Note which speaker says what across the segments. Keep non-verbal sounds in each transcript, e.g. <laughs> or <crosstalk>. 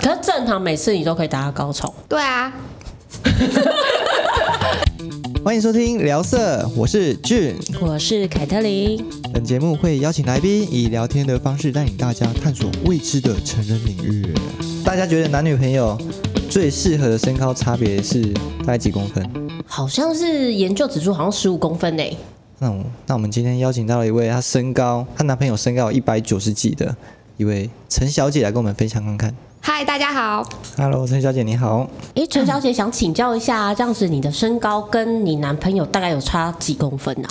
Speaker 1: 可是正常每次你都可以达到高潮，
Speaker 2: 对啊，
Speaker 3: 欢迎收听聊色，我是俊。
Speaker 1: 我是凯特琳，
Speaker 3: 本节目会邀请来宾以聊天的方式带领大家探索未知的成人领域。大家觉得男女朋友最适合的身高差别是大概几公分？
Speaker 1: 好像是研究指数好像十五公分欸呢。
Speaker 3: 那我那我们今天邀请到了一位，她身高，她男朋友身高有一百九十几的一位陈小姐来跟我们分享看看。
Speaker 2: 嗨，大家好，
Speaker 3: Hello，陈小姐你好。
Speaker 1: 诶，陈小姐想请教一下，这样子你的身高跟你男朋友大概有差几公分啊？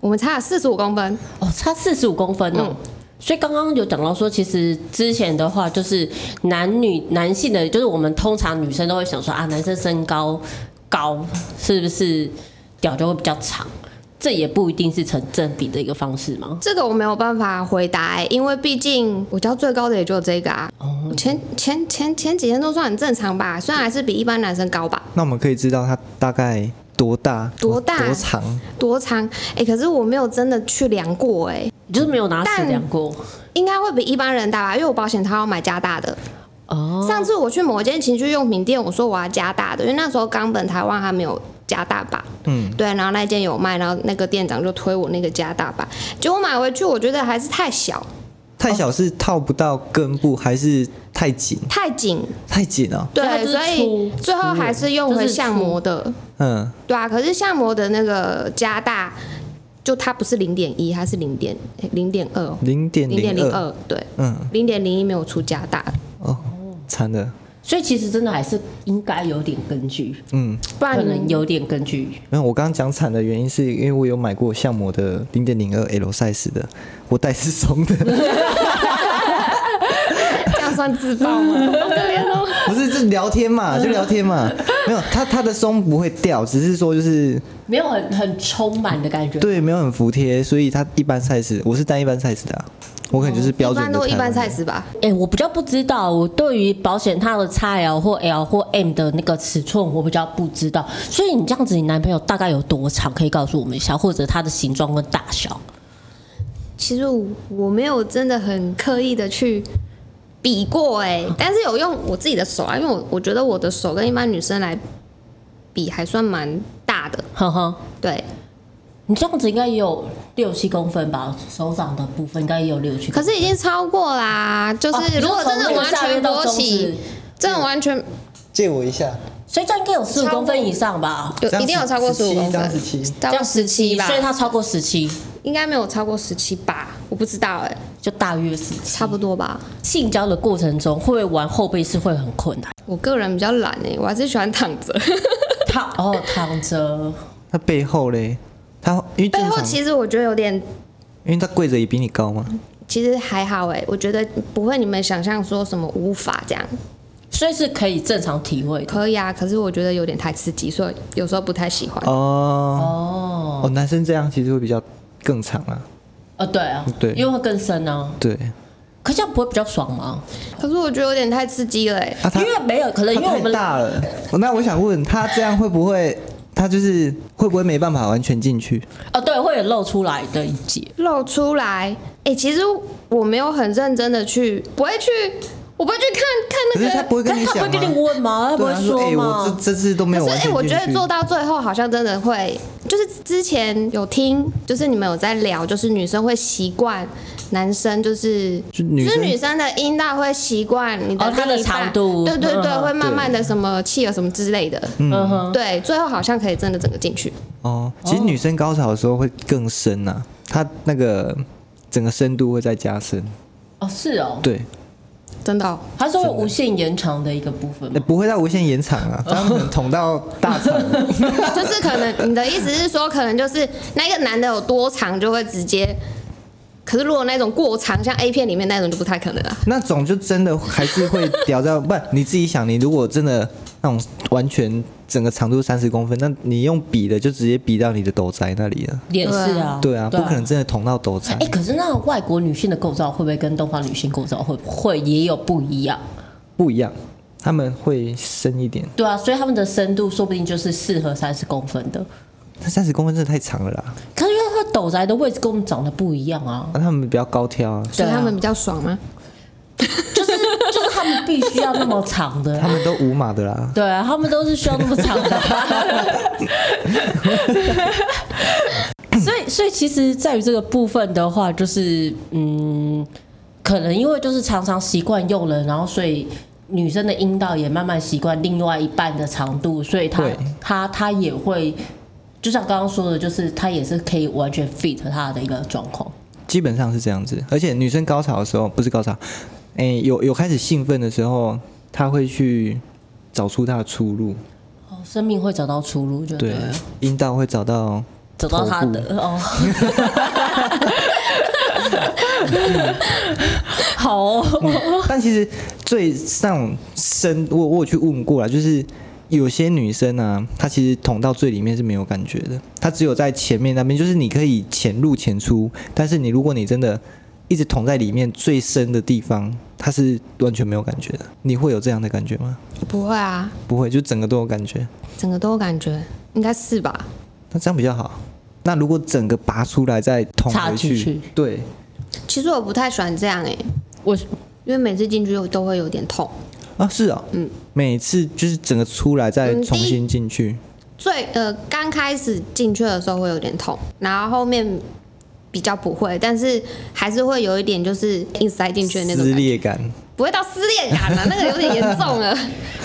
Speaker 2: 我们差了四十五公分，
Speaker 1: 哦，差四十五公分哦。所以刚刚有讲到说，其实之前的话就是男女男性的，就是我们通常女生都会想说啊，男生身高高是不是屌就会比较长？这也不一定是成正比的一个方式吗？
Speaker 2: 这个我没有办法回答、欸，因为毕竟我教最高的也就这个啊，
Speaker 1: 哦，
Speaker 2: 前前前前几天都算很正常吧，虽然还是比一般男生高吧，
Speaker 3: 那我们可以知道她大概多大？
Speaker 2: 多大
Speaker 3: 多长？
Speaker 2: 多长，哎、可是我没有真的去量过、欸，
Speaker 1: 你就是没有拿尺
Speaker 2: 但
Speaker 1: 量过
Speaker 2: 应该会比一般人大吧，因为我保险套要买加大的。
Speaker 1: 哦。
Speaker 2: 上次我去某间情趣用品店，我说我要加大的，因为那时候冈本台湾还没有加大版。
Speaker 3: 嗯，
Speaker 2: 对，啊然后那间有卖，然后那个店长就推我那个加大版，结果买回去我觉得还是太小
Speaker 3: 太小是套不到根部，还是太紧？
Speaker 2: 太紧，
Speaker 3: 太紧哦了、
Speaker 1: 它
Speaker 2: 对，
Speaker 1: 就是
Speaker 2: 所以
Speaker 1: 粗
Speaker 2: 最后还是用回相模的，
Speaker 3: 嗯，
Speaker 2: 对啊，可是相模的那个加大，就它不是零点一，它是零点零点二，
Speaker 3: 零点
Speaker 2: 零点零
Speaker 3: 零二，
Speaker 2: 二，对，
Speaker 3: 嗯，
Speaker 2: 零点零一没有出加大，
Speaker 3: 哦，惨了，
Speaker 1: 所以其实真的还是应该有点根据，
Speaker 3: 嗯，
Speaker 2: 不然
Speaker 1: 可
Speaker 2: 你们
Speaker 1: 能有点根据。
Speaker 3: 没有，我刚刚讲惨的原因是因为我有买过相模的零点零二 L size 的，我带是松的，
Speaker 2: <laughs> 这样算自爆
Speaker 1: <laughs>
Speaker 2: 吗？好可怜哦。
Speaker 3: 不是，这聊
Speaker 2: <laughs>
Speaker 3: 天嘛，就聊天嘛，没有，它它的松不会掉，只是说就是
Speaker 1: 没有很很充满的感觉，
Speaker 3: 对没有很服帖，所以它一般 size，我是带一般 size 的、啊，我可能就是标
Speaker 2: 哦一
Speaker 3: 准
Speaker 2: 般
Speaker 3: 的
Speaker 2: 都一
Speaker 3: 台湾
Speaker 2: 般
Speaker 3: 人
Speaker 2: size 吧，
Speaker 1: 哎、我比较不知道，我对于保险套的 XL 或 L 或 M 的那个尺寸，我比较不知道。所以你这样子，你男朋友大概有多长？可以告诉我们一下，或者它的形状跟大小？
Speaker 2: 其实我我没有真的很刻意的去比过哎、
Speaker 3: 啊
Speaker 2: 但是有用我自己的手啊，因为我我觉得我的手跟一般女生来比还算蛮大的，
Speaker 1: 呵呵，
Speaker 2: 对。
Speaker 1: 你这样子应该也有六七公分吧，手掌的部分应该也有六七
Speaker 2: 可
Speaker 1: 公分。
Speaker 2: 是已经超过啦，就
Speaker 1: 哦
Speaker 2: 是如果真的
Speaker 1: 你说从那个
Speaker 2: 完全勃，
Speaker 1: 下
Speaker 2: 起
Speaker 1: 面到中指，嗯
Speaker 2: 真的完全
Speaker 3: 借我一下，
Speaker 1: 所以这样应该有十五公分以上吧？
Speaker 2: 有
Speaker 3: 这样
Speaker 2: 一定有
Speaker 3: 17
Speaker 2: 超过十五公
Speaker 3: 这样
Speaker 2: 分，
Speaker 3: 17
Speaker 2: 超过十七吧
Speaker 1: 所，以它超过十七，
Speaker 2: 应该没有超过十七吧，我不知道哎、
Speaker 1: 就大约十七。
Speaker 2: 差不多吧。
Speaker 1: 性交的过程中，会不会玩后背是会很困难？
Speaker 2: 我个人比较懒哎、我还是喜欢躺着。
Speaker 1: 躺哦，躺着。
Speaker 3: 它背后嘞，它因为
Speaker 2: 背
Speaker 3: 正
Speaker 2: 后
Speaker 3: 常，
Speaker 2: 其实我嗯觉得有点
Speaker 3: 因为它跪着也比你高嘛，
Speaker 2: 其实还好哎，我觉得不会你们想象说什么无法这样，
Speaker 1: 所以是可以正常体会的。
Speaker 2: 可以啊。可是我觉得有点太刺激，所以有时候不太喜欢。
Speaker 3: 哦
Speaker 1: 哦，
Speaker 3: 哦，男生这样其实会比较更长啊，
Speaker 1: 呃，对啊，
Speaker 3: 对
Speaker 1: 因为会更深啊。
Speaker 3: 对，
Speaker 1: 可这样不会比较爽吗？
Speaker 2: 可是我觉得有点太刺激了哎，
Speaker 3: 啊他
Speaker 1: 因为没有，可能因为
Speaker 3: 他
Speaker 1: 我
Speaker 3: 太
Speaker 1: 们
Speaker 3: 大了。那我想问他这样会不会，他就是会不会没办法完全进去？
Speaker 1: 哦，对，会有露出来的一节。
Speaker 2: 露出来哎，其实我没有很认真的去，不会去，我不会去看
Speaker 3: 可是
Speaker 2: 看
Speaker 3: 他
Speaker 2: 那
Speaker 3: 不
Speaker 2: 个。
Speaker 3: 会跟你
Speaker 1: 他
Speaker 3: 讲
Speaker 1: 不
Speaker 3: 吗？
Speaker 1: 会跟你问吗？他不会
Speaker 3: 对啊，他
Speaker 1: 说
Speaker 3: 哎，我
Speaker 1: 吗？
Speaker 3: 这这次都没有
Speaker 2: 可是
Speaker 3: 完
Speaker 2: 哎、
Speaker 3: 全进去。
Speaker 2: 我觉得做到最后好像真的会，就是之前有听，就是你们有在聊，就是女生会习惯男生就是
Speaker 3: 就女
Speaker 2: 就是女
Speaker 3: 生
Speaker 2: 生的阴道会习惯你的
Speaker 1: 哦它的
Speaker 2: 另一半
Speaker 1: 长度
Speaker 2: 对对对，
Speaker 1: 嗯
Speaker 2: 会慢慢的什么气啊什么之类的，
Speaker 1: 嗯哼，
Speaker 2: 对，最后好像可以真的整个进去，
Speaker 3: 哦，其实女生高潮的时候会更深呐、啊，她那个整个深度会再加深。
Speaker 1: 哦，是哦，
Speaker 3: 对，
Speaker 2: 真的哦、
Speaker 1: 它是会无限延长的一个部分
Speaker 3: 哎
Speaker 1: 吗。
Speaker 3: 不会到无限延长啊，他们可能捅到大肠。
Speaker 2: 就是可能你的意思是说，可能就是那个男的有多长就会直接，可是如果那种过长，像 A 片里面那种就不太可能了。
Speaker 3: 那种就真的还是会屌到，不，你自己想，你如果真的那种完全整个长度三十公分，那你用比的就直接比到你的斗宅那里了。
Speaker 1: 也是啊，
Speaker 3: 对啊，不可能。真的捅到斗宅
Speaker 1: 哎，。可是那外国女性的构造会不会跟东方女性构造会不会也有不一样？
Speaker 3: 不一样，他们会深一点。
Speaker 1: 对啊，所以他们的深度说不定就是适合三十公分的。
Speaker 3: 那三十公分真的太长了啦，
Speaker 1: 可是因为它斗宅的位置跟我们长得不一样啊。
Speaker 3: 那他们比较高挑啊。
Speaker 2: 所以
Speaker 1: 对啊
Speaker 2: 他们比较爽吗？
Speaker 1: 就是他们必须要那么长的
Speaker 3: 他
Speaker 1: 啦。
Speaker 3: 们都五码的啦。
Speaker 1: 对啊，他们都是需要那么长的。
Speaker 3: <laughs>
Speaker 1: 所以，所以其实在于这个部分的话，就是嗯，可能因为就是常常习惯用了，然后所以女生的阴道也慢慢习惯另外一半的长度，所以她
Speaker 3: 对
Speaker 1: 她她也会，就像刚刚说的，就是她也是可以完全 fit 她的一个状况。
Speaker 3: 基本上是这样子。而且女生高潮的时候，不是高潮，哎、有有开始兴奋的时候，她会去找出她的出路，
Speaker 1: 哦，生命会找到出路，就对
Speaker 3: 对
Speaker 1: 了，
Speaker 3: 阴道会找到
Speaker 1: 找到她的哦。 <laughs> 好哦，
Speaker 3: 但其实最上深，我我有去问过了，就是有些女生啊，她其实捅到最里面是没有感觉的，她只有在前面那边，就是你可以潜入潜出，但是你如果你真的一直捅在里面最深的地方，她是完全没有感觉的。你会有这样的感觉吗？
Speaker 2: 不会啊，
Speaker 3: 不会，就整个都有感觉，
Speaker 2: 整个都有感觉，应该是吧？
Speaker 3: 那这样比较好。那如果整个拔出来再捅
Speaker 1: 插
Speaker 3: 回
Speaker 1: 进
Speaker 3: 去，
Speaker 1: 去
Speaker 3: 对，
Speaker 2: 其实我不太喜欢这样哎、
Speaker 1: 我
Speaker 2: 因为每次进去又都会有点痛。
Speaker 3: 啊，是啊、嗯，每次就是整个出来再
Speaker 2: 嗯
Speaker 3: 重
Speaker 2: 第一
Speaker 3: 新进去，
Speaker 2: 最呃刚开始进去的时候会有点痛，然后后面比较不会，但是还是会有一点就是硬塞进去的那种
Speaker 3: 撕
Speaker 2: 感觉，
Speaker 3: 裂感。
Speaker 2: 不会到撕裂感了、啊，那个有点严重 <laughs> 了。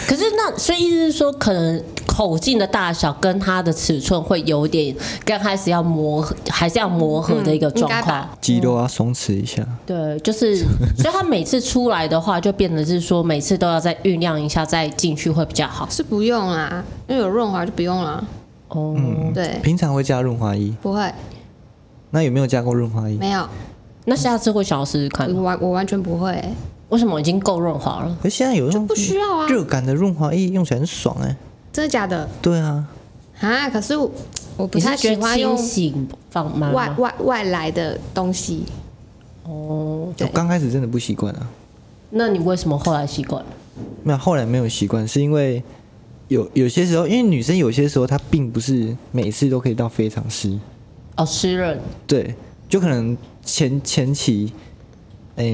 Speaker 1: 可是那所以意思是说，可能口径的大小跟它的尺寸会有点刚开始要磨合，还是要磨合的一个状
Speaker 2: 嗯应该
Speaker 1: 况
Speaker 2: 吧。
Speaker 3: 肌肉要松弛一下。
Speaker 1: 对，就是， <laughs> 所以它每次出来的话，就变得是说每次都要再酝酿一下，再进去会比较好。
Speaker 2: 是不用啦，因为有润滑就不用啊啦。
Speaker 1: 哦、
Speaker 2: 对，
Speaker 3: 平常会加润滑液，
Speaker 2: 不会，
Speaker 1: 嗯
Speaker 3: 那有没有加过润滑液？
Speaker 2: 没有，
Speaker 1: 那下次会想要试试看吗
Speaker 2: 我完我完全不会、
Speaker 1: 为什么已经够润滑了？
Speaker 3: 可是现在有用
Speaker 2: 不需要啊，
Speaker 3: 热感的润滑液，用起来很爽哎、
Speaker 2: 真的假的
Speaker 3: 对啊，
Speaker 2: 啊？可是我我不
Speaker 1: 你
Speaker 2: 太
Speaker 1: 是觉
Speaker 2: 喜
Speaker 1: 得
Speaker 2: 欢
Speaker 1: 清
Speaker 2: 用
Speaker 1: 醒放慢
Speaker 2: 外
Speaker 1: 吗？
Speaker 2: 外外来的东西，
Speaker 1: 哦，
Speaker 3: 我
Speaker 2: 对
Speaker 3: 刚开始真的不习惯啊，
Speaker 1: 那你为什么后来习惯了？
Speaker 3: 没有，后来没有习惯，是因为有有些时候，因为女生有些时候她并不是每次都可以到非常湿，
Speaker 1: 哦，湿润，
Speaker 3: 对，就可能前前期，哎、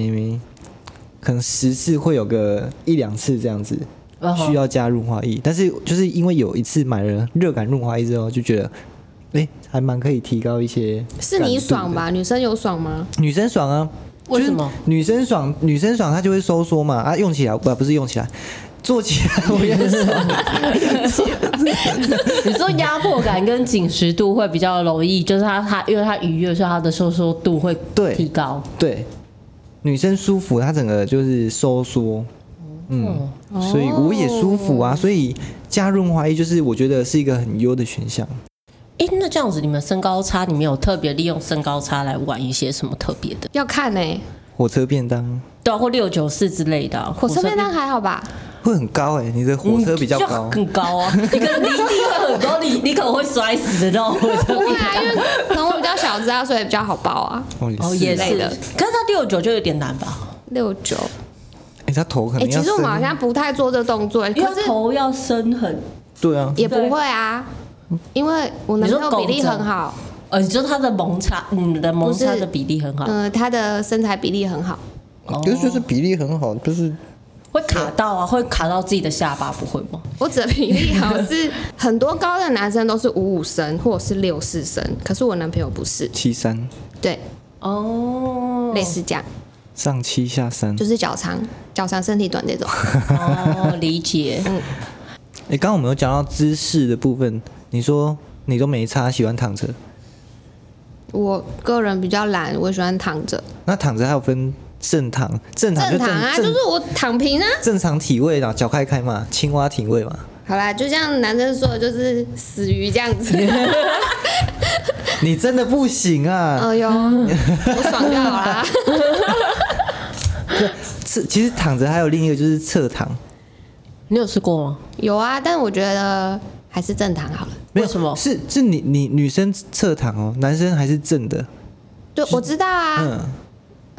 Speaker 3: 可能十次会有个一两次这样子，
Speaker 1: 嗯哼
Speaker 3: 需要加润滑液，但是就是因为有一次买了热感润滑液之后，就觉得，哎、还蛮可以提高一些。
Speaker 2: 是你爽？吧？女生有爽吗？
Speaker 3: 女生爽啊，
Speaker 1: 为什么？
Speaker 3: 女生爽，女生爽，她就会收缩嘛，啊，用起来不不是用起来，做起
Speaker 1: <laughs>
Speaker 3: 来我也爽。
Speaker 1: 你说压迫感跟紧实度会比较容易，就是它它因为它愉悦，所以它的收缩度会
Speaker 3: 对
Speaker 1: 提高。
Speaker 3: 对，女生舒服，她整个就是收缩，嗯，
Speaker 1: 哦
Speaker 3: 所以我也舒服啊，所以加润滑液就是我觉得是一个很优的选项。
Speaker 1: 哎、那这样子，你们身高差，你们有特别利用身高差来玩一些什么特别的？
Speaker 2: 要看呢、欸
Speaker 3: 火车便当
Speaker 1: 对啊，或六九四之类的啊、
Speaker 2: 火车便当还好
Speaker 1: <laughs>
Speaker 2: 吧？
Speaker 3: 会很高哎、你的火车比较
Speaker 1: 就
Speaker 3: 高，
Speaker 1: 更高啊！你可能离地会很高，你你可能会摔死的那种火车
Speaker 3: <laughs>
Speaker 2: 不会
Speaker 1: 便
Speaker 2: 啊，
Speaker 1: 当
Speaker 2: 因为可能我比较小只啊，所以比较好抱啊。
Speaker 1: 哦，也
Speaker 3: 啊
Speaker 1: 是
Speaker 2: 的，
Speaker 1: 可是它六九就有点难吧？
Speaker 2: 六九，
Speaker 3: 哎、他头可
Speaker 2: 哎，
Speaker 3: 能要、
Speaker 2: 其
Speaker 3: 伸。
Speaker 2: 实我们好像不太做这动作、欸
Speaker 1: 因为
Speaker 2: 可
Speaker 1: 它
Speaker 2: 是
Speaker 1: 头要伸很，
Speaker 3: 对啊，
Speaker 2: 也不会啊，
Speaker 1: 嗯
Speaker 2: 因为我男朋友比例很好，
Speaker 1: 呃，你说它的蒙差，你的蒙差的比例很好，
Speaker 2: 嗯、他的身材比例很好，
Speaker 3: 就是就是比例很好，就是
Speaker 1: 会卡到啊，会卡到自己的下巴，不会吗？
Speaker 2: 我指的比例
Speaker 3: <laughs>
Speaker 2: 好是很多高的男生都是五五身或者是六四身，可是我男朋友不是，
Speaker 3: 七三
Speaker 2: 对，
Speaker 1: 哦
Speaker 2: 类似这样，
Speaker 3: 上七下三。
Speaker 2: 就是脚长、脚长、身体短
Speaker 3: <laughs>
Speaker 2: 这种。
Speaker 1: 哦，理解。
Speaker 2: 嗯
Speaker 3: 哎、刚刚我们有讲到姿势的部分，你说你都没差，喜欢躺着，
Speaker 2: 我个人比较懒，我喜欢躺着，
Speaker 3: 那躺着还有分正躺，正躺就
Speaker 2: 正
Speaker 3: 正
Speaker 2: 躺啊，就
Speaker 3: 正
Speaker 2: 是我躺平啊。
Speaker 3: 正常体位啦，脚开开嘛，青蛙体位嘛。
Speaker 2: 好啦，就像男生说的，就是死鱼这样子。
Speaker 3: <laughs> 你真的不行啊！ <laughs>
Speaker 2: 哎呦，我爽就好啦。
Speaker 3: 侧、其实躺着还有另一个就是侧躺，
Speaker 1: 你有试过吗？
Speaker 2: 有啊，但我觉得还是正躺好了。
Speaker 3: 没有
Speaker 1: 为什么
Speaker 3: 是是你你女生侧躺哦，男生还是正的。
Speaker 2: 对，我知道啊，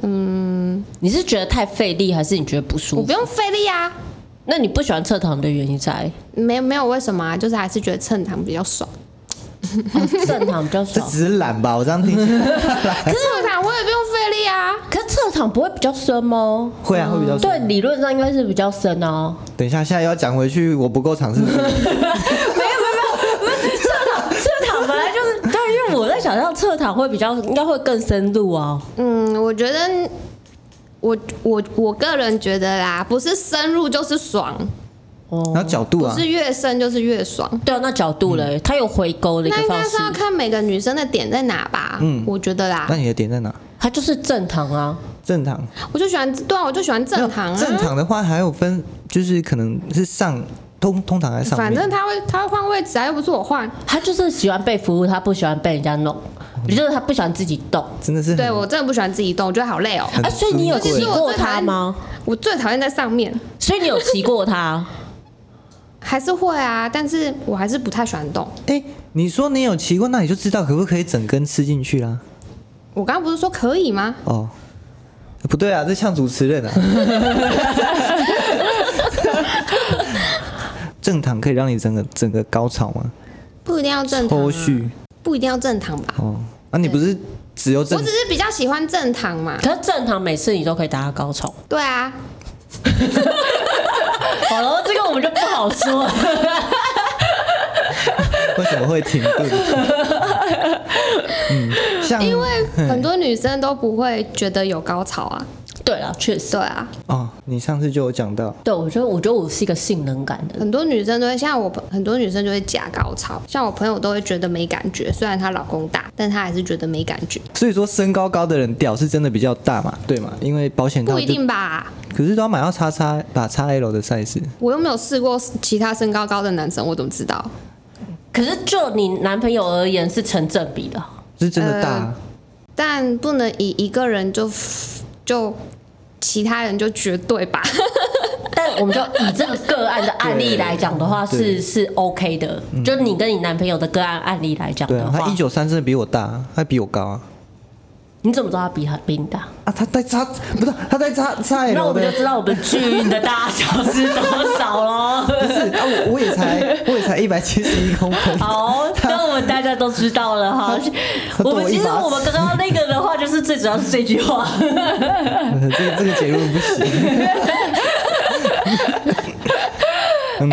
Speaker 3: 嗯，
Speaker 1: 你是觉得太费力，还是你觉得不
Speaker 2: 我
Speaker 1: 舒
Speaker 2: 不
Speaker 1: 服？
Speaker 2: 用费力啊，
Speaker 1: 那你不喜欢侧躺的原因在？
Speaker 2: 没没有为什么啊，就是还是觉得正躺比较爽。
Speaker 1: 侧躺比较
Speaker 2: <laughs>
Speaker 3: 这
Speaker 1: 少。
Speaker 3: 只是懒吧？我这样听
Speaker 2: 侧躺我也不用费力啊。
Speaker 1: 可是侧躺不会比较深吗？
Speaker 3: 会啊，会比较爽。
Speaker 1: 对，理论上应该是比较深哦、
Speaker 3: 等一下，现在要讲回去，我不够尝试。
Speaker 2: <laughs>
Speaker 1: 侧躺本来就是，对，因为我在想象侧躺会比较，应该会更深入啊。
Speaker 2: 嗯，我觉得我我我个人觉得啦，不是深入就是爽，
Speaker 1: 哦，
Speaker 3: 然后角度
Speaker 2: 不
Speaker 3: 啊，
Speaker 2: 是越深就是越爽。
Speaker 1: 对啊，那角度嘞，它有回勾的一个
Speaker 2: 嗯那应
Speaker 1: 方
Speaker 2: 该
Speaker 1: 式
Speaker 2: 是，要看每个女生的点在哪吧，
Speaker 3: 嗯
Speaker 2: 我觉得啦
Speaker 3: 那，你的点在哪？
Speaker 1: 它就是正躺啊。
Speaker 3: 正常。
Speaker 2: 我就喜欢，对啊，我就喜欢正
Speaker 3: 没
Speaker 2: 躺
Speaker 3: 有
Speaker 2: 啊，
Speaker 3: 正常的话还有分，就是可能是上通通常在上面。
Speaker 2: 反正他会他会换位置啊，又不是我换，
Speaker 1: 他就是喜欢被服务，他不喜欢被人家弄，就是他不喜欢自己动。
Speaker 3: 真的是很
Speaker 2: 对我真的不喜欢自己动，我觉得好累哦，
Speaker 3: 很
Speaker 1: 啊，所以你有
Speaker 3: 珍贵
Speaker 1: 骑过他吗？
Speaker 2: 我最讨厌在上面，
Speaker 1: 所以你有骑过他？ <laughs>
Speaker 2: 还是会啊，但是我还是不太喜欢动。
Speaker 3: 哎、你说你有骑过，那你就知道可不可以整根吃进去啦。
Speaker 2: 我刚刚不是说可以吗？
Speaker 3: 哦，不对啊，这像主持
Speaker 2: <laughs>
Speaker 3: 人啊。正躺可以让你整个整个高潮吗？
Speaker 2: 不一定要正躺啊、
Speaker 3: 抽蓄
Speaker 2: 不一定要正躺吧。
Speaker 3: 哦，啊，你不是只有
Speaker 2: 我
Speaker 3: 正
Speaker 2: 只是比较喜欢正躺嘛，
Speaker 1: 可是正常每次你都可以达到高潮。
Speaker 2: 对啊，
Speaker 1: 好了，这个我们就不好说。
Speaker 3: <laughs> 为什么会停顿？嗯，像
Speaker 2: 因为很多女生都不会觉得有高潮啊，
Speaker 1: <laughs> 对了，确实，
Speaker 2: 对啊，
Speaker 3: <laughs> 哦，你上次就有讲到，
Speaker 1: 对我觉得，我觉得我是一个性能感的人。
Speaker 2: 很多女生都会像我朋，很多女生就会假高潮，像我朋友都会觉得没感觉，虽然她老公大，但她还是觉得没感觉，
Speaker 3: 所以说身高高的人屌是真的比较大嘛，对嘛？因为保险套
Speaker 2: 不
Speaker 3: 就
Speaker 2: 一定吧？
Speaker 3: 可是都要买到叉叉把叉 L 的 size，
Speaker 2: 我又没有试过其他身高高的男生，我怎么知道？
Speaker 1: 可是就你男朋友而言是成正比的，
Speaker 3: 是真的大啊、
Speaker 2: 但不能以一个人就就其他人就绝对吧？ <laughs>
Speaker 1: 但我们就以这个个案的案例
Speaker 3: 对
Speaker 1: 来讲的话，
Speaker 3: 对嗯
Speaker 1: 是是 OK 的。就你跟你男朋友的个案案例来讲
Speaker 3: 对
Speaker 1: 呃的
Speaker 3: 啊，
Speaker 1: 话
Speaker 3: 他一，九三真的比我大啊，他比我高啊。
Speaker 1: 你怎么知道他比他比你大？
Speaker 3: 啊，他在叉不是他在叉叉
Speaker 1: 那
Speaker 3: L
Speaker 1: 我们就
Speaker 3: 的，
Speaker 1: 知道我们巨婴的大小是多少
Speaker 3: <laughs>
Speaker 1: 喽。
Speaker 3: 不是啊，我我也才我也才一百七十一公分，
Speaker 1: 好，那我们大家都知道了哈。
Speaker 3: 他
Speaker 1: 我们
Speaker 3: 多一
Speaker 1: 其实
Speaker 3: 把
Speaker 1: 我们刚刚那个的话，就是最主要是这句话。
Speaker 3: <laughs> 这个这个结论不行。嗯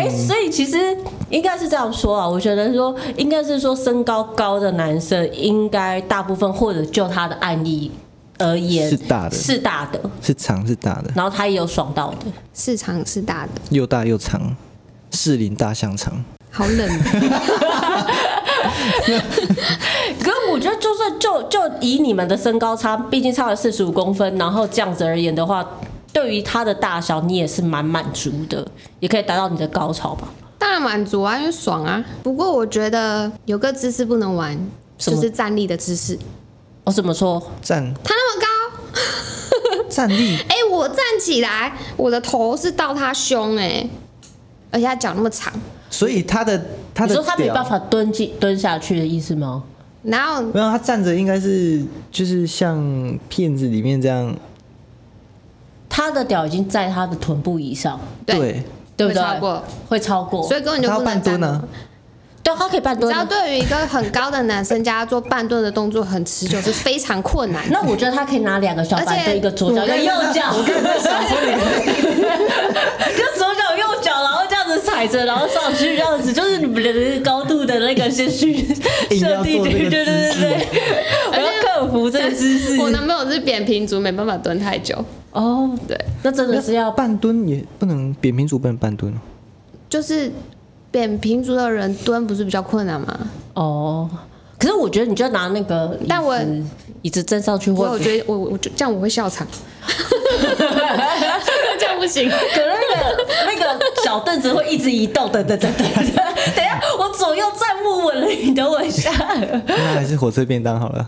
Speaker 1: <laughs> 哎、所以其实应该是这样说啊，我觉得说应该是说身高高的男生，应该大部分或者就他的案例而言
Speaker 3: 是大的
Speaker 1: 是大的，
Speaker 3: 是长是大的，
Speaker 1: 然后他也有爽到的。
Speaker 2: 市场是大的，
Speaker 3: 又大又长，士林大香肠。
Speaker 2: 好冷。
Speaker 1: 可是我觉得就算就就以你们的身高差，毕竟差了四十五公分，然后这样子而言的话，对于他的大小，你也是蛮满足的，也可以达到你的高潮吧。
Speaker 2: 当然满足啊，因为爽啊。不过我觉得有个姿势不能玩，
Speaker 1: 什么
Speaker 2: 就是站立的姿势。
Speaker 1: 我怎么说？
Speaker 3: 站
Speaker 2: 他那么高，
Speaker 3: 站立
Speaker 2: 哎、我站起来，我的头是到他胸哎、而且他脚那么长，
Speaker 3: 所以他的他
Speaker 1: 你
Speaker 3: 的
Speaker 1: 说他没
Speaker 3: 屌
Speaker 1: 办法蹲进蹲下去的意思吗？
Speaker 2: 然后
Speaker 3: 没有，他站着应该是就是像片子里面这样，
Speaker 1: 他的屌已经在他的臀部以上，
Speaker 2: 对，
Speaker 3: 对，
Speaker 1: 对不对？
Speaker 2: 会超过，
Speaker 1: 会超过，
Speaker 2: 所以根本就
Speaker 3: 他
Speaker 2: 不能
Speaker 3: 要半
Speaker 2: 站
Speaker 3: 蹲
Speaker 2: 立。
Speaker 1: 对，
Speaker 3: 啊，
Speaker 1: 他可以半
Speaker 2: 只
Speaker 1: 蹲
Speaker 2: 要
Speaker 1: 啊。
Speaker 2: 对于一个很高的男生，叫他做半蹲的动作很持久是非常困难的。
Speaker 1: 那我觉得他可以拿两个小板
Speaker 2: 而且
Speaker 1: 凳，一个左脚，
Speaker 3: 我
Speaker 1: 一个
Speaker 3: 刚
Speaker 1: 右脚，
Speaker 3: 我刚才想说你
Speaker 1: 就左脚右脚，然后这样子踩着，然后上去，这样子就是你们的高度的那个先去
Speaker 3: 硬
Speaker 1: 设
Speaker 3: 要
Speaker 1: 定
Speaker 3: 做
Speaker 1: 去，
Speaker 3: 这
Speaker 1: 对对
Speaker 3: 个
Speaker 1: 对
Speaker 3: 姿势
Speaker 1: 对，我要克服这个姿势。
Speaker 2: 我男朋友是扁平足，没办法蹲太久，
Speaker 1: 哦，
Speaker 2: 对，
Speaker 1: 那真的是要
Speaker 3: 半蹲也不能扁平足不能半蹲哦，
Speaker 2: 就是扁平足的人蹲不是比较困难吗？
Speaker 1: 哦。可是我觉得你就拿那个椅子，
Speaker 2: 但我
Speaker 1: 椅子站上去
Speaker 2: 我
Speaker 1: 会
Speaker 2: 我觉得我我就这样我会笑
Speaker 1: <laughs>
Speaker 2: 场，这样不行。
Speaker 1: 可能那个那个小凳子会一直移动，等等等等，等一下我左右站不稳了，你等我一下。哎、
Speaker 3: 那还是火车便当好
Speaker 1: <laughs>
Speaker 3: 了。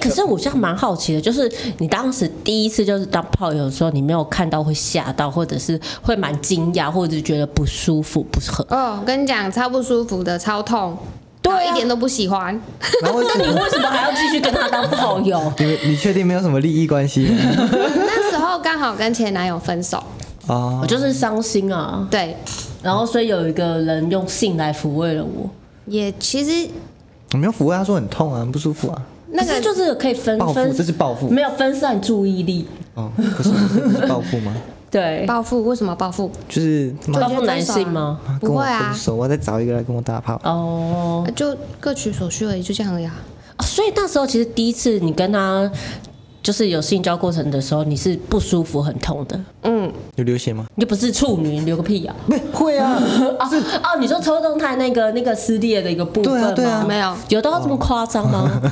Speaker 1: 可是我现在蛮好奇的，就是你当时第一次就是当炮友的时候，你没有看到会吓到，或者是会蛮惊讶，或者是觉得不舒服、不是很。
Speaker 2: <laughs> 哦，我跟你讲，超不舒服的，超痛，
Speaker 1: 对啊
Speaker 2: 然后一点都不喜欢。
Speaker 3: 然后为什
Speaker 1: 那你
Speaker 3: 么
Speaker 1: 为什么还要继续跟他当炮友？
Speaker 3: 你们你确定没有什么利益关系吗？
Speaker 2: 那时候刚好跟前男友分手，
Speaker 1: <laughs> 我
Speaker 3: 哦，
Speaker 1: 就是伤心啊，
Speaker 2: 对，
Speaker 1: 然后所以有一个人用性来抚慰了我。
Speaker 2: 也其实
Speaker 3: 我没有抚慰，他说很痛啊，很不舒服啊，
Speaker 2: 那
Speaker 1: 可
Speaker 2: 个
Speaker 1: 是就是可以分
Speaker 3: 报复，
Speaker 1: 分，
Speaker 3: 这是报复
Speaker 1: 没有分散注意力，
Speaker 3: 哦，不是不是报复吗？
Speaker 1: 对，
Speaker 2: 报复为什么报复？
Speaker 3: 就是妈
Speaker 1: 报复男性吗？
Speaker 3: 妈
Speaker 2: 不
Speaker 3: 跟我
Speaker 2: 会啊
Speaker 3: 分手，我要再找一个来跟我打炮，
Speaker 1: 哦、
Speaker 2: 呃就各取所需而已，就这样而已啊。
Speaker 1: 哦所以那时候其实第一次你跟他就是有性交过程的时候，你是不舒服、很痛的，
Speaker 2: 嗯，
Speaker 3: 有流血吗？
Speaker 1: 你就不是处女，你流个屁啊！
Speaker 3: 不会啊，
Speaker 1: 哦哦，你说抽动态那个那个撕裂的一个部分吗？
Speaker 3: 对啊对哦啊
Speaker 2: 没有
Speaker 1: 有到这么夸张吗？
Speaker 2: 嗯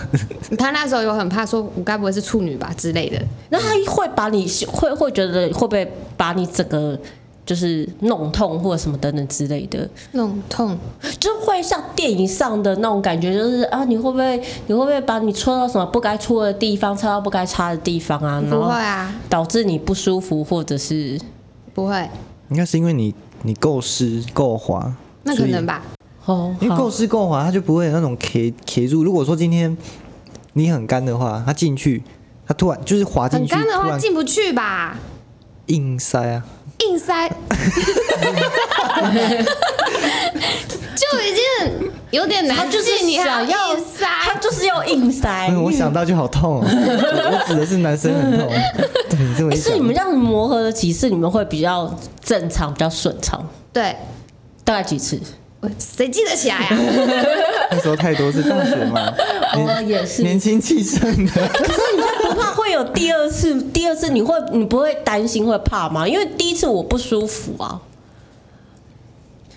Speaker 2: 他那时候有很怕说，我该不会是处女吧之类的。
Speaker 1: <laughs> 那他会把你会会觉得会不会把你整个就是弄痛或者什么等等之类的，
Speaker 2: 弄痛，
Speaker 1: 就会像电影上的那种感觉，就是啊，你会不会你会不会把你戳到什么不该戳的地方，插到不该插的地方啊？然
Speaker 2: 不
Speaker 1: 后
Speaker 2: 会啊，
Speaker 1: 导致你不舒服或者是
Speaker 2: 不会，
Speaker 3: 应该是因为你你够湿够滑，
Speaker 2: 那可能吧。
Speaker 1: 哦，
Speaker 3: 因为
Speaker 1: 好
Speaker 3: 够湿够滑，它就不会有那种 K K 住。如果说今天你很干的话，它进去，它突然就是滑进
Speaker 2: 很
Speaker 3: 去，
Speaker 2: 干的
Speaker 3: 突
Speaker 2: 话
Speaker 3: 然
Speaker 2: 进不去吧，
Speaker 3: 硬塞啊，
Speaker 1: <laughs>
Speaker 2: 硬塞，就已经有点难
Speaker 1: 他
Speaker 2: 进，
Speaker 1: 就是
Speaker 2: 你还
Speaker 1: 想要
Speaker 2: 硬塞，
Speaker 1: 他就是要硬塞
Speaker 3: 哎因为。我想到就好痛哦。我我指的是男生
Speaker 1: <laughs>
Speaker 3: 很痛，对你这么一
Speaker 1: 诶所以
Speaker 3: 想
Speaker 1: 哎你，们这样磨合了几次，你们会比较正常、比较顺畅？
Speaker 2: 对，
Speaker 1: 大概几次？
Speaker 2: 我谁记得起来呀、
Speaker 1: <laughs>
Speaker 2: 啊？
Speaker 3: 那时候太多是大学嘛，
Speaker 1: 哦，也是
Speaker 3: 年轻气盛的， <laughs>
Speaker 1: 可是你就不怕会有第二次？ <laughs> 第二次你会你不会担心会怕吗？因为第一次我不舒服啊，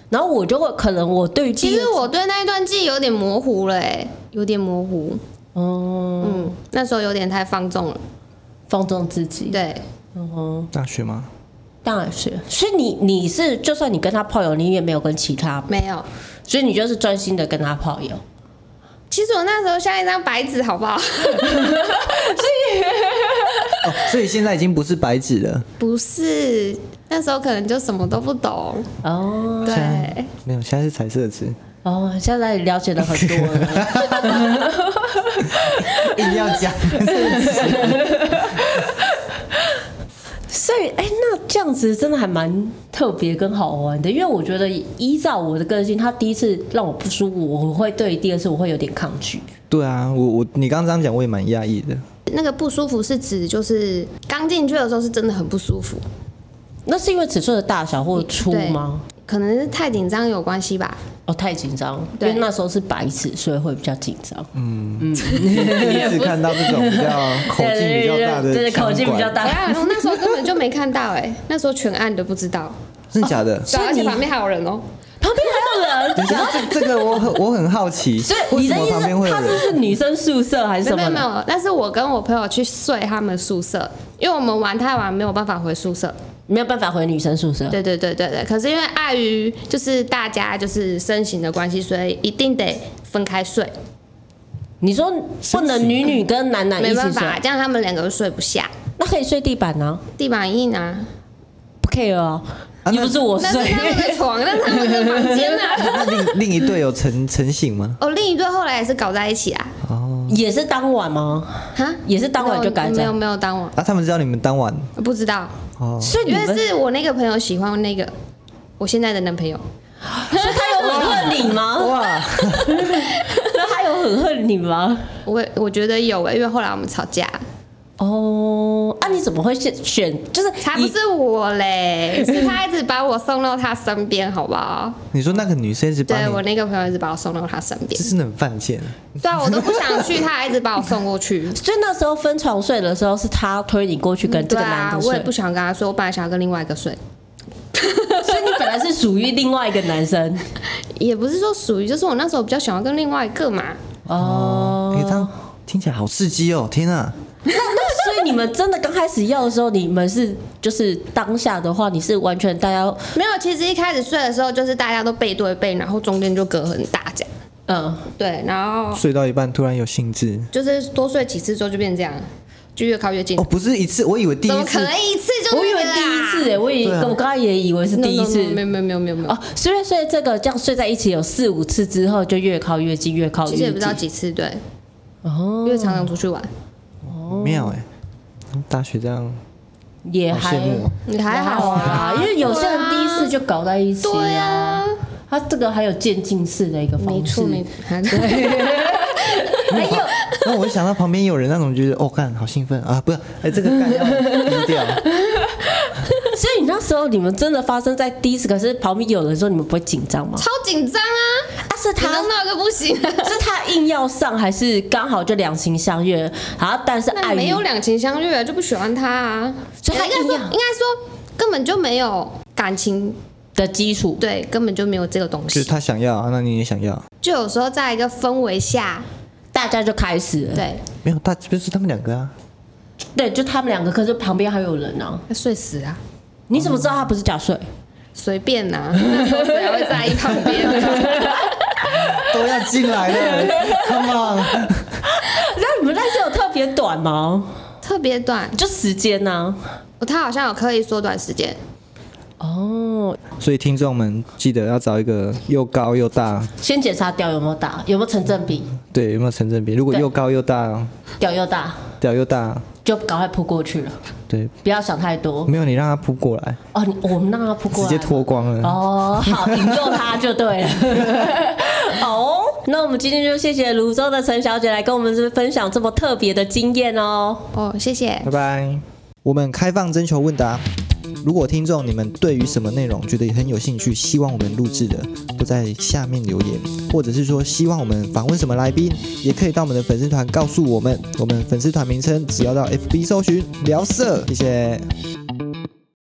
Speaker 1: 然后我就会可能我对于
Speaker 2: 其
Speaker 1: 第二
Speaker 2: 实
Speaker 1: 次
Speaker 2: 我对那一段记忆有点模糊了、哎，有点模糊。
Speaker 1: 嗯
Speaker 2: 嗯，那时候有点太放纵了。
Speaker 1: 放纵自己，嗯
Speaker 2: 对，
Speaker 3: 大学吗？
Speaker 1: 当然是。所以你你是就算你跟他泡友，你也没有跟其他，
Speaker 2: 没有。
Speaker 1: 所以你就是专心的跟他泡友。
Speaker 2: 其实我那时候像一张白纸，好不 <laughs> 好？
Speaker 3: 哦，所以现在已经不是白纸了，
Speaker 2: 不是，那时候可能就什么都不懂。
Speaker 1: 哦
Speaker 2: 对，
Speaker 3: 没有，现在是彩色纸，
Speaker 1: 哦，现在了解了很多了。
Speaker 3: 硬要讲， <laughs>
Speaker 1: 所以，哎、那这样子真的还蛮特别跟好玩的，因为我觉得依照我的个性，他第一次让我不舒服，我会对第二次我会有点抗拒。
Speaker 3: 对啊，我我你刚刚这样讲，我也蛮讶异
Speaker 1: <laughs>
Speaker 3: 的。
Speaker 2: 那个不舒服是指就是刚进去的时候是真的很不舒服，
Speaker 1: 那是因为尺寸的大小或粗吗？
Speaker 2: 可能是太紧张有关系吧。
Speaker 1: 哦，太紧张，因
Speaker 2: 对
Speaker 1: 为那时候是白尺，所以会比较紧张。
Speaker 3: 第一次看到这种比较
Speaker 1: <laughs>
Speaker 3: 口径比较大的，
Speaker 1: 对对对对口径比较，
Speaker 2: 哎
Speaker 1: 大。 <laughs>
Speaker 2: 呀，我那时候根本就没看到哎、那时候全暗的不知道，
Speaker 3: 真的假
Speaker 2: 对
Speaker 3: 的？
Speaker 2: 啊，而
Speaker 1: 所以
Speaker 2: 且
Speaker 1: 你
Speaker 2: 旁边还有人哦、
Speaker 1: 旁边还有人，
Speaker 3: 等一下，这这个我很我很好奇，
Speaker 1: 所以
Speaker 3: 为
Speaker 1: 你
Speaker 3: 什
Speaker 1: 的
Speaker 3: 么
Speaker 1: 意
Speaker 3: 旁边会
Speaker 1: 思
Speaker 3: 有
Speaker 1: 他
Speaker 3: 人
Speaker 1: 这？是女生宿舍还是
Speaker 2: 没有
Speaker 1: 什
Speaker 2: 没
Speaker 1: 么
Speaker 2: 有没
Speaker 1: 的？
Speaker 2: 有，但是我跟我朋友去睡他们宿舍，因为我们玩太晚没有办法回宿舍。
Speaker 1: 没有办法回女生宿舍。
Speaker 2: 对对对对对，可是因为碍于就是大家就是身形的关系，所以一定得分开睡，
Speaker 1: 你说不能女女跟男啊男一
Speaker 2: 没
Speaker 1: 起
Speaker 2: 办
Speaker 1: 睡，
Speaker 2: 法，这样他们两个就睡不下，
Speaker 1: 那可以睡地板呢、
Speaker 2: 地板硬啊，
Speaker 1: <laughs> 不 care 啊，
Speaker 3: 那
Speaker 1: 又不是我
Speaker 2: 那是
Speaker 1: 睡。
Speaker 2: 他们的床，那是他们的房间啊。
Speaker 3: 那另另一队有成成醒
Speaker 2: <laughs>
Speaker 3: 吗？
Speaker 2: 哦，另一对后来也是搞在一起啊，
Speaker 3: 哦，
Speaker 1: <laughs> 也是当晚吗？
Speaker 2: 哈，
Speaker 1: 也是当晚就改
Speaker 2: 没
Speaker 1: 这
Speaker 2: 有
Speaker 1: 样，
Speaker 2: 没有当晚，
Speaker 3: 啊，他们知道你们当晚
Speaker 2: 不知道，
Speaker 3: 哦，
Speaker 1: 所以你
Speaker 2: 因为
Speaker 1: 们
Speaker 2: 是我那个朋友喜欢那个我现在的男朋友，
Speaker 1: 所以他有很恨你吗？
Speaker 3: 哇，
Speaker 1: 那他有很恨你吗？
Speaker 2: 我我觉得有哎、因为后来我们吵架，
Speaker 1: 哦，啊，你怎么会选选？就是
Speaker 2: 才不
Speaker 1: 以
Speaker 2: 是我嘞，是他一直把我送到他身边，好不好？
Speaker 3: 你说那个女生是把
Speaker 2: 对我
Speaker 3: 你，
Speaker 2: 那个朋友一直把我送到他身边
Speaker 1: <laughs>
Speaker 3: 这，是很犯贱。
Speaker 2: 对啊，我都不想去，他还一直把我送过去。
Speaker 1: 所以那时候分床睡的时候，是他推你过去跟 <laughs> 这
Speaker 2: 对
Speaker 1: 个男
Speaker 2: 啊
Speaker 1: 的，
Speaker 2: 我也
Speaker 1: 睡，
Speaker 2: 不想跟他睡，我本来想要跟另外一个睡，
Speaker 1: 所以你本来是属于另外一个男生
Speaker 2: 也不是说属于，就是我那时候比较想要跟另外一个嘛。
Speaker 1: 哦。
Speaker 3: 哎你这样听起来好刺激哦！天啊，
Speaker 1: 所以你们真的刚开始要的时候，你们是就是当下的话，你是完全大家
Speaker 2: 没有，其实一开始睡的时候就是大家都背对背，然后中间就隔很大这样。
Speaker 1: 嗯，
Speaker 2: 对，然后
Speaker 3: 睡到一半突然有兴致
Speaker 2: 就是多睡几次之后就变这样，就越靠越近。
Speaker 3: 哦，不是一次，我以为第
Speaker 2: 怎
Speaker 3: 一
Speaker 2: 么可
Speaker 3: 次
Speaker 2: 能一次就
Speaker 1: 我以
Speaker 2: 那
Speaker 1: 为
Speaker 2: 个啦
Speaker 1: 第一次、欸，我以
Speaker 3: 对啊
Speaker 1: 我刚才也以为是
Speaker 2: No, no,
Speaker 1: 第一
Speaker 2: no,
Speaker 1: 次。
Speaker 2: 没有没有没有没有没有
Speaker 1: 哦，，所以所以这个这样睡在一起有四五次之后，就越靠越近，越靠
Speaker 2: 其实也
Speaker 1: 越
Speaker 2: 不知
Speaker 1: 近
Speaker 2: 道。几次，对，
Speaker 1: 哦
Speaker 2: 因，为常常出去玩，
Speaker 3: 妙哎，大学这样
Speaker 1: 也
Speaker 3: 好
Speaker 1: 还
Speaker 3: 羡慕哦。
Speaker 2: 你还好
Speaker 1: <laughs>
Speaker 2: 啊，
Speaker 1: 因为有些人第一次就啊搞在一起、
Speaker 2: 对
Speaker 1: 啊，
Speaker 2: 啊，
Speaker 1: 他这个还有渐进式的一个方式。 <laughs>
Speaker 2: 没错没，还对，哎呦，
Speaker 3: 然后我就想到旁边有人那种，觉得哦干好兴奋啊，不是，哎这个干要低调，
Speaker 1: 所以你那时候你们真的发生在第一次，可是旁边有人说你们不会紧张 <laughs> 吗？
Speaker 2: 超紧张啊！
Speaker 1: 啊，是
Speaker 2: 紧
Speaker 1: 他
Speaker 2: 张到一个
Speaker 1: <laughs>
Speaker 2: 不行、啊。
Speaker 1: 是他硬要上，还是刚好就两情相悦？然后但是
Speaker 2: 那
Speaker 1: 碍于
Speaker 2: 没有两情相悦，就不喜欢他啊。
Speaker 1: 哎所以他
Speaker 2: 应该
Speaker 1: 硬
Speaker 2: 说，
Speaker 1: 要
Speaker 2: 应该说根本就没有感情，
Speaker 1: 的基础，
Speaker 2: 对，根本就没有这个东
Speaker 3: 就是
Speaker 2: 西。
Speaker 3: 他想要，啊那你也想要，
Speaker 2: 就有时候在一个氛围下，
Speaker 1: 大家就开始了。
Speaker 2: 对，
Speaker 3: 没有，他就是他们两个啊，
Speaker 1: 对，就他们两个，可是旁边还有人呢、啊。
Speaker 2: 那睡死啊，
Speaker 1: 你怎么知道他不是假睡？
Speaker 2: 随便呐、 <laughs> 那时候谁还会在意旁边 <laughs> 呢？
Speaker 3: 都要进来了 <laughs> ，Come on，
Speaker 1: <laughs> 那你们那次有特别短吗？
Speaker 2: 特别短，哦
Speaker 1: 就时间啊呢、
Speaker 2: 他好像有刻意缩短时间，
Speaker 1: 哦，
Speaker 3: 所以听众们记得要找一个又高又大，
Speaker 1: 先检查屌有没有大，有没有成正比，
Speaker 3: 对，有没有成正比？如果
Speaker 1: 对
Speaker 3: 又高又大，
Speaker 1: 屌又大，
Speaker 3: 屌又大，
Speaker 1: 就赶快扑过去了，
Speaker 3: 对，
Speaker 1: 不要想太多。
Speaker 3: 没有你让他扑过来，
Speaker 1: 哦，你我们让他扑过
Speaker 3: 直
Speaker 1: 来，
Speaker 3: 接脱光了。
Speaker 1: 哦，好，引诱他就对了。 <laughs> 哦，那我们今天就谢谢泸州的陈小姐来跟我们这分享这么特别的经验哦。
Speaker 2: 哦，谢谢。
Speaker 3: 拜拜。我们开放征求问答，如果听众你们对于什么内容觉得很有兴趣，希望我们录制的，都在下面留言，或者是说希望我们访问什么来宾，也可以到我们的粉丝团告诉我们。我们粉丝团名称只要到 FB 搜寻聊色，谢谢。